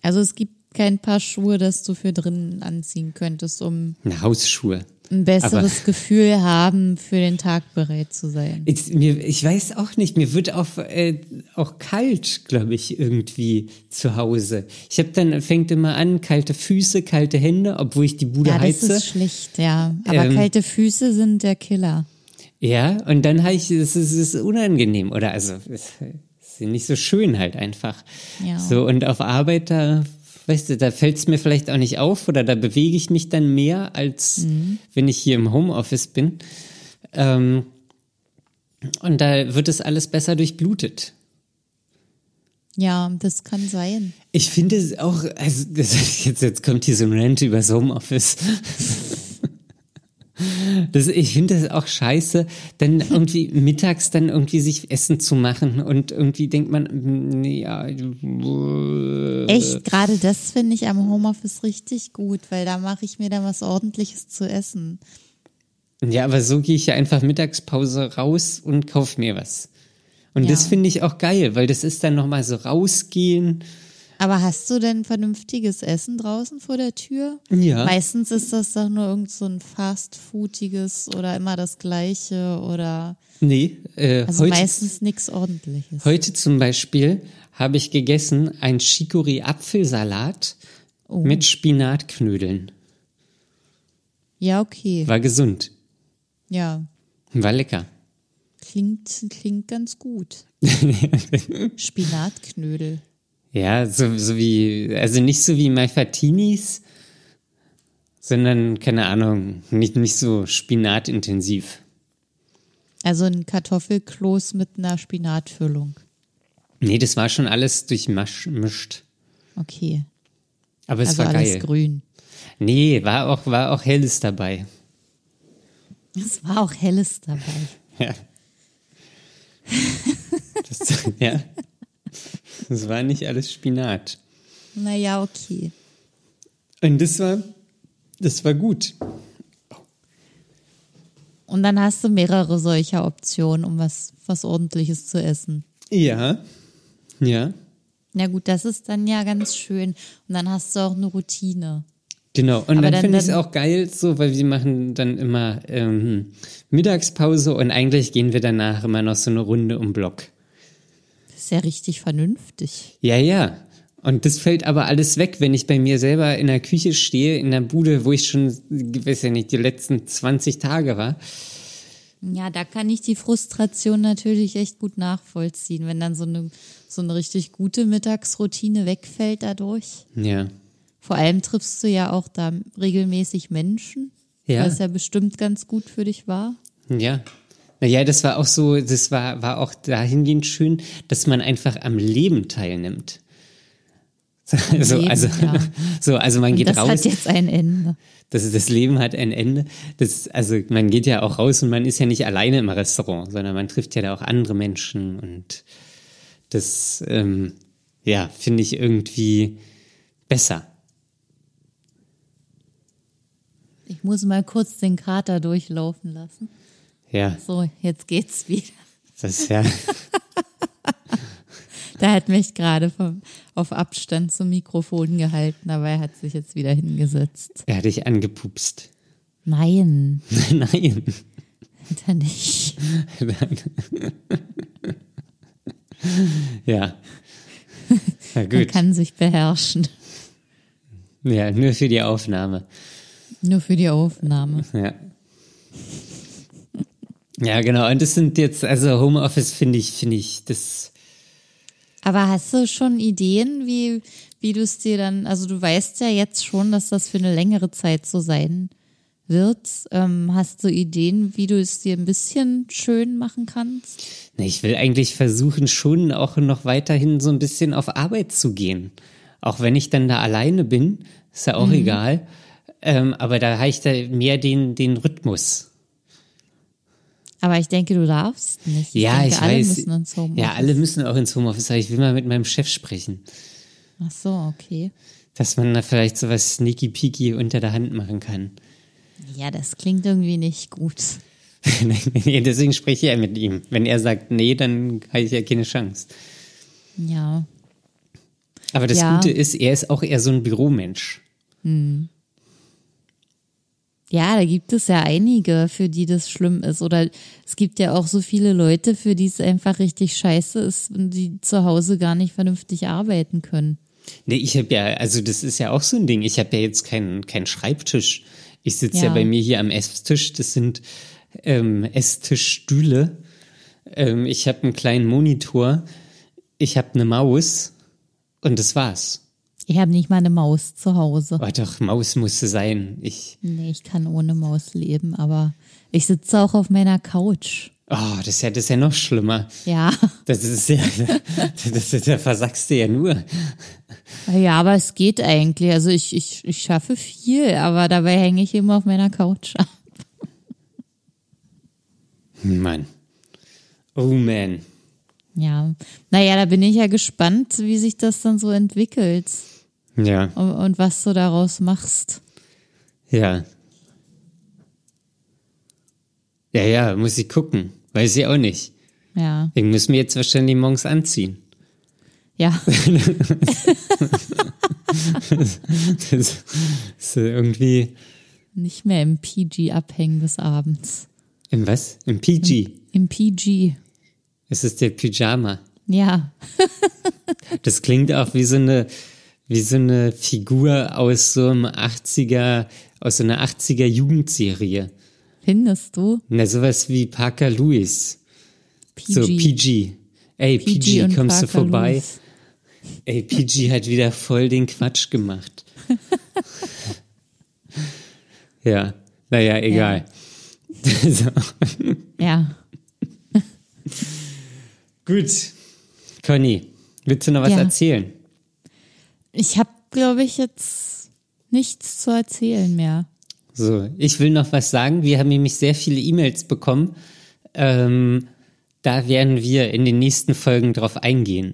B: Also es gibt kein Paar Schuhe, das du für drinnen anziehen könntest, um
A: Na, Hausschuhe.
B: ein besseres Gefühl haben, für den Tag bereit zu sein.
A: Ich, mir, ich weiß auch nicht, mir wird auch, äh, auch kalt, glaube ich, irgendwie zu Hause. Ich habe dann, fängt immer an, kalte Füße, kalte Hände, obwohl ich die Bude
B: Ja, das
A: heize.
B: ist schlecht, ja. Aber
A: Ähm,
B: kalte Füße sind der Killer.
A: Ja, und dann habe ich, es ist, es ist unangenehm, oder? Also, es ist nicht so schön halt einfach.
B: Ja.
A: So, und auf Arbeit, da, weißt du, da fällt es mir vielleicht auch nicht auf oder da bewege ich mich dann mehr, als
B: Mhm.
A: wenn ich hier im Homeoffice bin. Ähm, und da wird es alles besser durchblutet.
B: Ja, das kann sein.
A: Ich finde es auch, also das, jetzt, jetzt kommt hier so ein Rant übers Homeoffice. Das, ich finde es auch scheiße, dann irgendwie mittags dann irgendwie sich Essen zu machen und irgendwie denkt man, mm, ja, Äh.
B: Echt, gerade das finde ich am Homeoffice richtig gut, weil da mache ich mir dann was ordentliches zu essen.
A: ja, aber so gehe ich ja einfach Mittagspause raus und kauf mir was. Und
B: Ja.
A: das finde ich auch geil, weil das ist dann nochmal so rausgehen.
B: Aber hast du denn vernünftiges Essen draußen vor der Tür?
A: Ja.
B: Meistens ist das doch nur irgend so ein fastfoodiges oder immer das gleiche oder
A: Nee, äh,
B: also
A: heute
B: meistens nichts ordentliches.
A: Heute zum Beispiel habe ich gegessen einen Chicorée-Apfelsalat
B: Oh.
A: mit Spinatknödeln.
B: Ja, okay.
A: War gesund,
B: Ja,
A: war lecker.
B: klingt, klingt ganz gut. Spinatknödel.
A: Ja, so, so wie, also nicht so wie Malfatinis, sondern, keine Ahnung, nicht, nicht so spinatintensiv.
B: Also ein Kartoffelkloß mit einer Spinatfüllung.
A: Nee, das war schon alles durchmischt.
B: Okay.
A: Aber es
B: also
A: war
B: alles
A: geil.
B: grün.
A: Nee, war auch, war auch Helles dabei.
B: Es war auch Helles dabei.
A: Ja. Das, ja. Das war nicht alles Spinat.
B: Naja, okay.
A: Und das war, das war gut.
B: Und dann hast du mehrere solcher Optionen, um was, was Ordentliches zu essen.
A: Ja. Ja.
B: Na gut, das ist dann ja ganz schön. Und dann hast du auch eine Routine.
A: Genau, und
B: Aber
A: dann,
B: dann-
A: finde ich es
B: dann-
A: auch geil, so, weil wir machen dann immer ähm, Mittagspause und eigentlich gehen wir danach immer noch so eine Runde um den Block.
B: Das ist ja richtig vernünftig.
A: Ja, ja. Und das fällt aber alles weg, wenn ich bei mir selber in der Küche stehe, in der Bude, wo ich schon, weiß ja nicht, die letzten 20 Tage war.
B: Ja, da kann ich die Frustration natürlich echt gut nachvollziehen, wenn dann so eine, so eine richtig gute Mittagsroutine wegfällt dadurch.
A: Ja.
B: Vor allem triffst du ja auch da regelmäßig Menschen,
A: Ja.
B: was ja bestimmt ganz gut für dich war.
A: Ja. Naja, das war auch so, das war, war auch dahingehend schön, dass man einfach am Leben teilnimmt. So,
B: Leben,
A: also,
B: ja.
A: so, also man geht
B: das
A: raus.
B: hat jetzt ein Ende.
A: das, das Leben hat ein Ende. Das, also man geht ja auch raus und man ist ja nicht alleine im Restaurant, sondern man trifft ja da auch andere Menschen und das, ähm, ja, finde ich irgendwie besser.
B: Ich muss mal kurz den Kater durchlaufen lassen.
A: Ja,
B: So, jetzt geht's wieder.
A: das ist ja,
B: Da hat mich gerade vom, auf Abstand zum Mikrofon gehalten, aber er hat sich jetzt wieder hingesetzt.
A: er hat dich angepupst.
B: Nein,
A: Nein.
B: hat er nicht.
A: ja. Na
B: Er
A: gut.
B: kann sich beherrschen.
A: Ja, nur für die Aufnahme.
B: Nur für die Aufnahme.
A: Ja. Ja, genau. Und das sind jetzt, also Homeoffice finde ich, finde ich, das,
B: Aber hast du schon Ideen, wie, wie du es dir dann, also du weißt ja jetzt schon, dass das für eine längere Zeit so sein wird. Ähm, hast du Ideen, wie du es dir ein bisschen schön machen kannst?
A: Na, ich will eigentlich versuchen, schon auch noch weiterhin so ein bisschen auf Arbeit zu gehen. Auch wenn ich dann da alleine bin, ist ja
B: Mhm.
A: auch egal. Ähm, aber da habe ich da mehr den, den Rhythmus.
B: Aber ich denke, du darfst nicht.
A: Ja,
B: denke,
A: ich
B: alle
A: weiß.
B: Müssen ins Homeoffice.
A: Ja, alle müssen auch ins Homeoffice, aber ich will mal mit meinem Chef sprechen.
B: Ach so, okay.
A: Dass man da vielleicht so was sneaky peaky unter der Hand machen kann.
B: Ja, das klingt irgendwie nicht gut.
A: Nee, Deswegen spreche ich ja mit ihm. Wenn er sagt, nee, dann habe ich ja keine Chance.
B: Ja.
A: Aber das
B: Ja.
A: Gute ist, er ist auch eher so ein Büromensch.
B: Ja, da gibt es ja einige, für die das schlimm ist. Oder es gibt ja auch so viele Leute, für die es einfach richtig scheiße ist und die zu Hause gar nicht vernünftig arbeiten können.
A: Nee, ich habe ja, also das ist ja auch so ein Ding. Ich habe ja jetzt keinen keinen Schreibtisch. Ich sitze ja.
B: Ja.
A: bei mir hier am Esstisch. Das sind ähm, Esstischstühle. Ähm, ich habe einen kleinen Monitor. Ich habe eine Maus. Und das war's.
B: Ich habe nicht mal eine Maus zu Hause.
A: Aber doch, Maus musste sein. Ich,
B: Nee, ich kann ohne Maus leben, aber ich sitze auch auf meiner Couch.
A: oh, das ist ja, das ist ja noch schlimmer.
B: Ja,
A: Das ist ja, das ist, da versagst du ja nur.
B: ja, aber es geht eigentlich. Also ich, ich, ich schaffe viel, aber dabei hänge ich immer auf meiner Couch ab.
A: Mann. Oh man.
B: Ja, naja, da bin ich ja gespannt, wie sich das dann so entwickelt
A: Ja,
B: und, und was du daraus machst.
A: ja. Ja, ja, muss ich gucken. Weiß ich auch nicht.
B: Ja,
A: Ich muss mir jetzt wahrscheinlich morgens anziehen.
B: ja,
A: Das ist irgendwie
B: nicht mehr im PG abhängen bis abends.
A: im was? Im PG.
B: Im PG,
A: Es ist der Pyjama.
B: ja,
A: Das klingt auch wie so eine wie so eine Figur aus so einem 80er aus so einer 80er Jugendserie.
B: findest du?
A: Na sowas wie Parker Lewis.
B: PG.
A: So PG. Ey, PG, kommst du
B: Parker
A: vorbei?
B: Lewis.
A: Ey, PG hat wieder voll den Quatsch gemacht. ja, naja, egal. so.
B: Ja,
A: Gut. Conny, willst du noch was
B: Ja.
A: erzählen?
B: ich habe, glaube ich, jetzt nichts zu erzählen mehr.
A: So, ich will noch was sagen. Wir haben nämlich sehr viele E-Mails bekommen. Ähm, da werden wir in den nächsten Folgen drauf eingehen.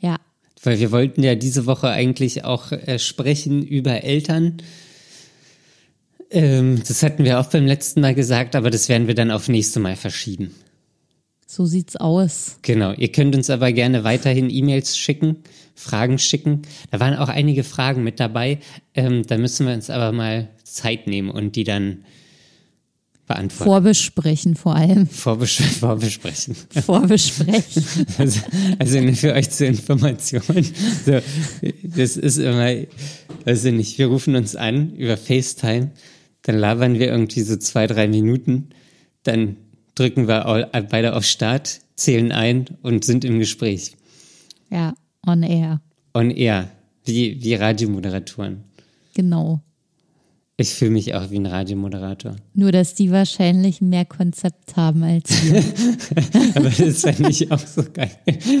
B: Ja,
A: Weil wir wollten ja diese Woche eigentlich auch äh, sprechen über Eltern, Ähm, das hatten wir auch beim letzten Mal gesagt, aber das werden wir dann auf nächste Mal verschieben.
B: So sieht's aus.
A: Genau, ihr könnt uns aber gerne weiterhin E-Mails schicken, Fragen schicken. Da waren auch einige Fragen mit dabei. Ähm, da müssen wir uns aber mal Zeit nehmen und die dann beantworten.
B: Vorbesprechen vor allem.
A: Vorbes vorbesprechen.
B: Vorbesprechen.
A: Also, also nur für euch zur Information. So, das ist immer, weiß ich nicht, wir rufen uns an über FaceTime, dann labern wir irgendwie so zwei, drei Minuten, dann drücken wir all- beide auf Start, zählen ein und sind im Gespräch.
B: Ja, on air.
A: On air, wie, wie Radiomoderatoren.
B: Genau.
A: Ich fühle mich auch wie ein Radiomoderator.
B: Nur, dass die wahrscheinlich mehr Konzept haben als wir.
A: Aber das fand ich auch so geil.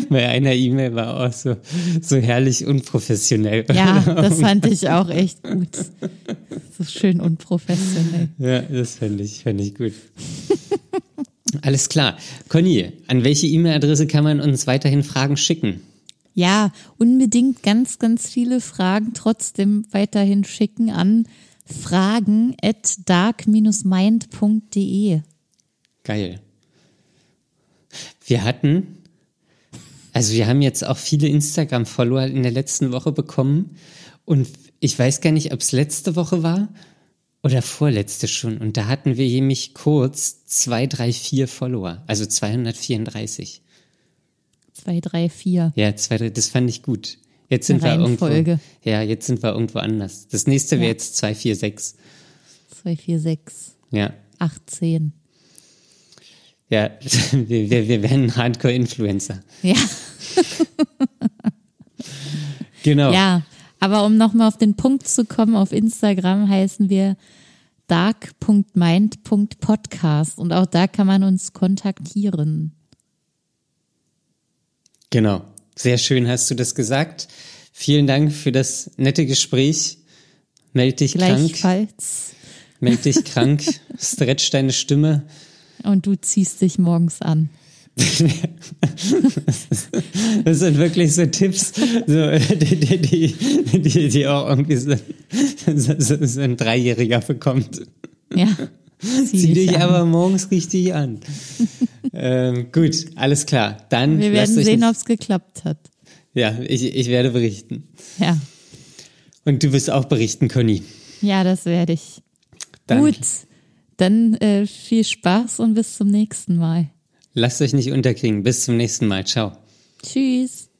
A: Bei einer E-Mail war auch so, so herrlich unprofessionell.
B: Ja, das fand ich auch echt gut. So schön unprofessionell.
A: Ja, das fände ich, fänd ich gut. Alles klar. Conny, an welche E-Mail-Adresse kann man uns weiterhin Fragen schicken?
B: Ja, unbedingt ganz, ganz viele Fragen trotzdem weiterhin schicken an fragen at dark-mind.de.
A: Geil. Wir hatten, also wir haben jetzt auch viele Instagram-Follower in der letzten Woche bekommen und ich weiß gar nicht, ob es letzte Woche war oder vorletzte schon. Und da hatten wir nämlich kurz 234 Follower, also 234.
B: 2, 3, 4.
A: Ja, zwei, drei, das fand ich gut. Jetzt sind wir
B: Eine
A: irgendwo.
B: Reihenfolge.
A: Ja, jetzt sind wir irgendwo anders. Das nächste wäre
B: Ja.
A: jetzt 246.
B: 2, 4, 6.
A: Ja.
B: 18.
A: Ja, wir, wir, wir werden Hardcore-Influencer.
B: Ja,
A: Genau.
B: ja. Aber um nochmal auf den Punkt zu kommen, auf Instagram heißen wir dark.mind.podcast und auch da kann man uns kontaktieren.
A: Genau. Sehr schön hast du das gesagt. Vielen Dank für das nette Gespräch. Meld dich krank.
B: Gleichfalls.
A: Meld dich krank. Stretch deine Stimme.
B: Und du ziehst dich morgens an.
A: Das sind wirklich so Tipps, so, die, die, die, die, die auch irgendwie so, so, so, so ein Dreijähriger bekommt.
B: Ja.
A: Zieh dich
B: an.
A: aber morgens richtig an. ähm, gut, alles klar. Dann
B: Wir
A: lasst
B: werden
A: euch
B: sehen,
A: nicht-
B: ob es geklappt hat.
A: Ja, ich, ich werde berichten.
B: Ja.
A: Und du wirst auch berichten, Conny.
B: Ja, das werde ich.
A: Dann
B: Gut. Dann äh, viel Spaß und bis zum nächsten Mal.
A: lasst euch nicht unterkriegen. Bis zum nächsten Mal. Ciao.
B: Tschüss.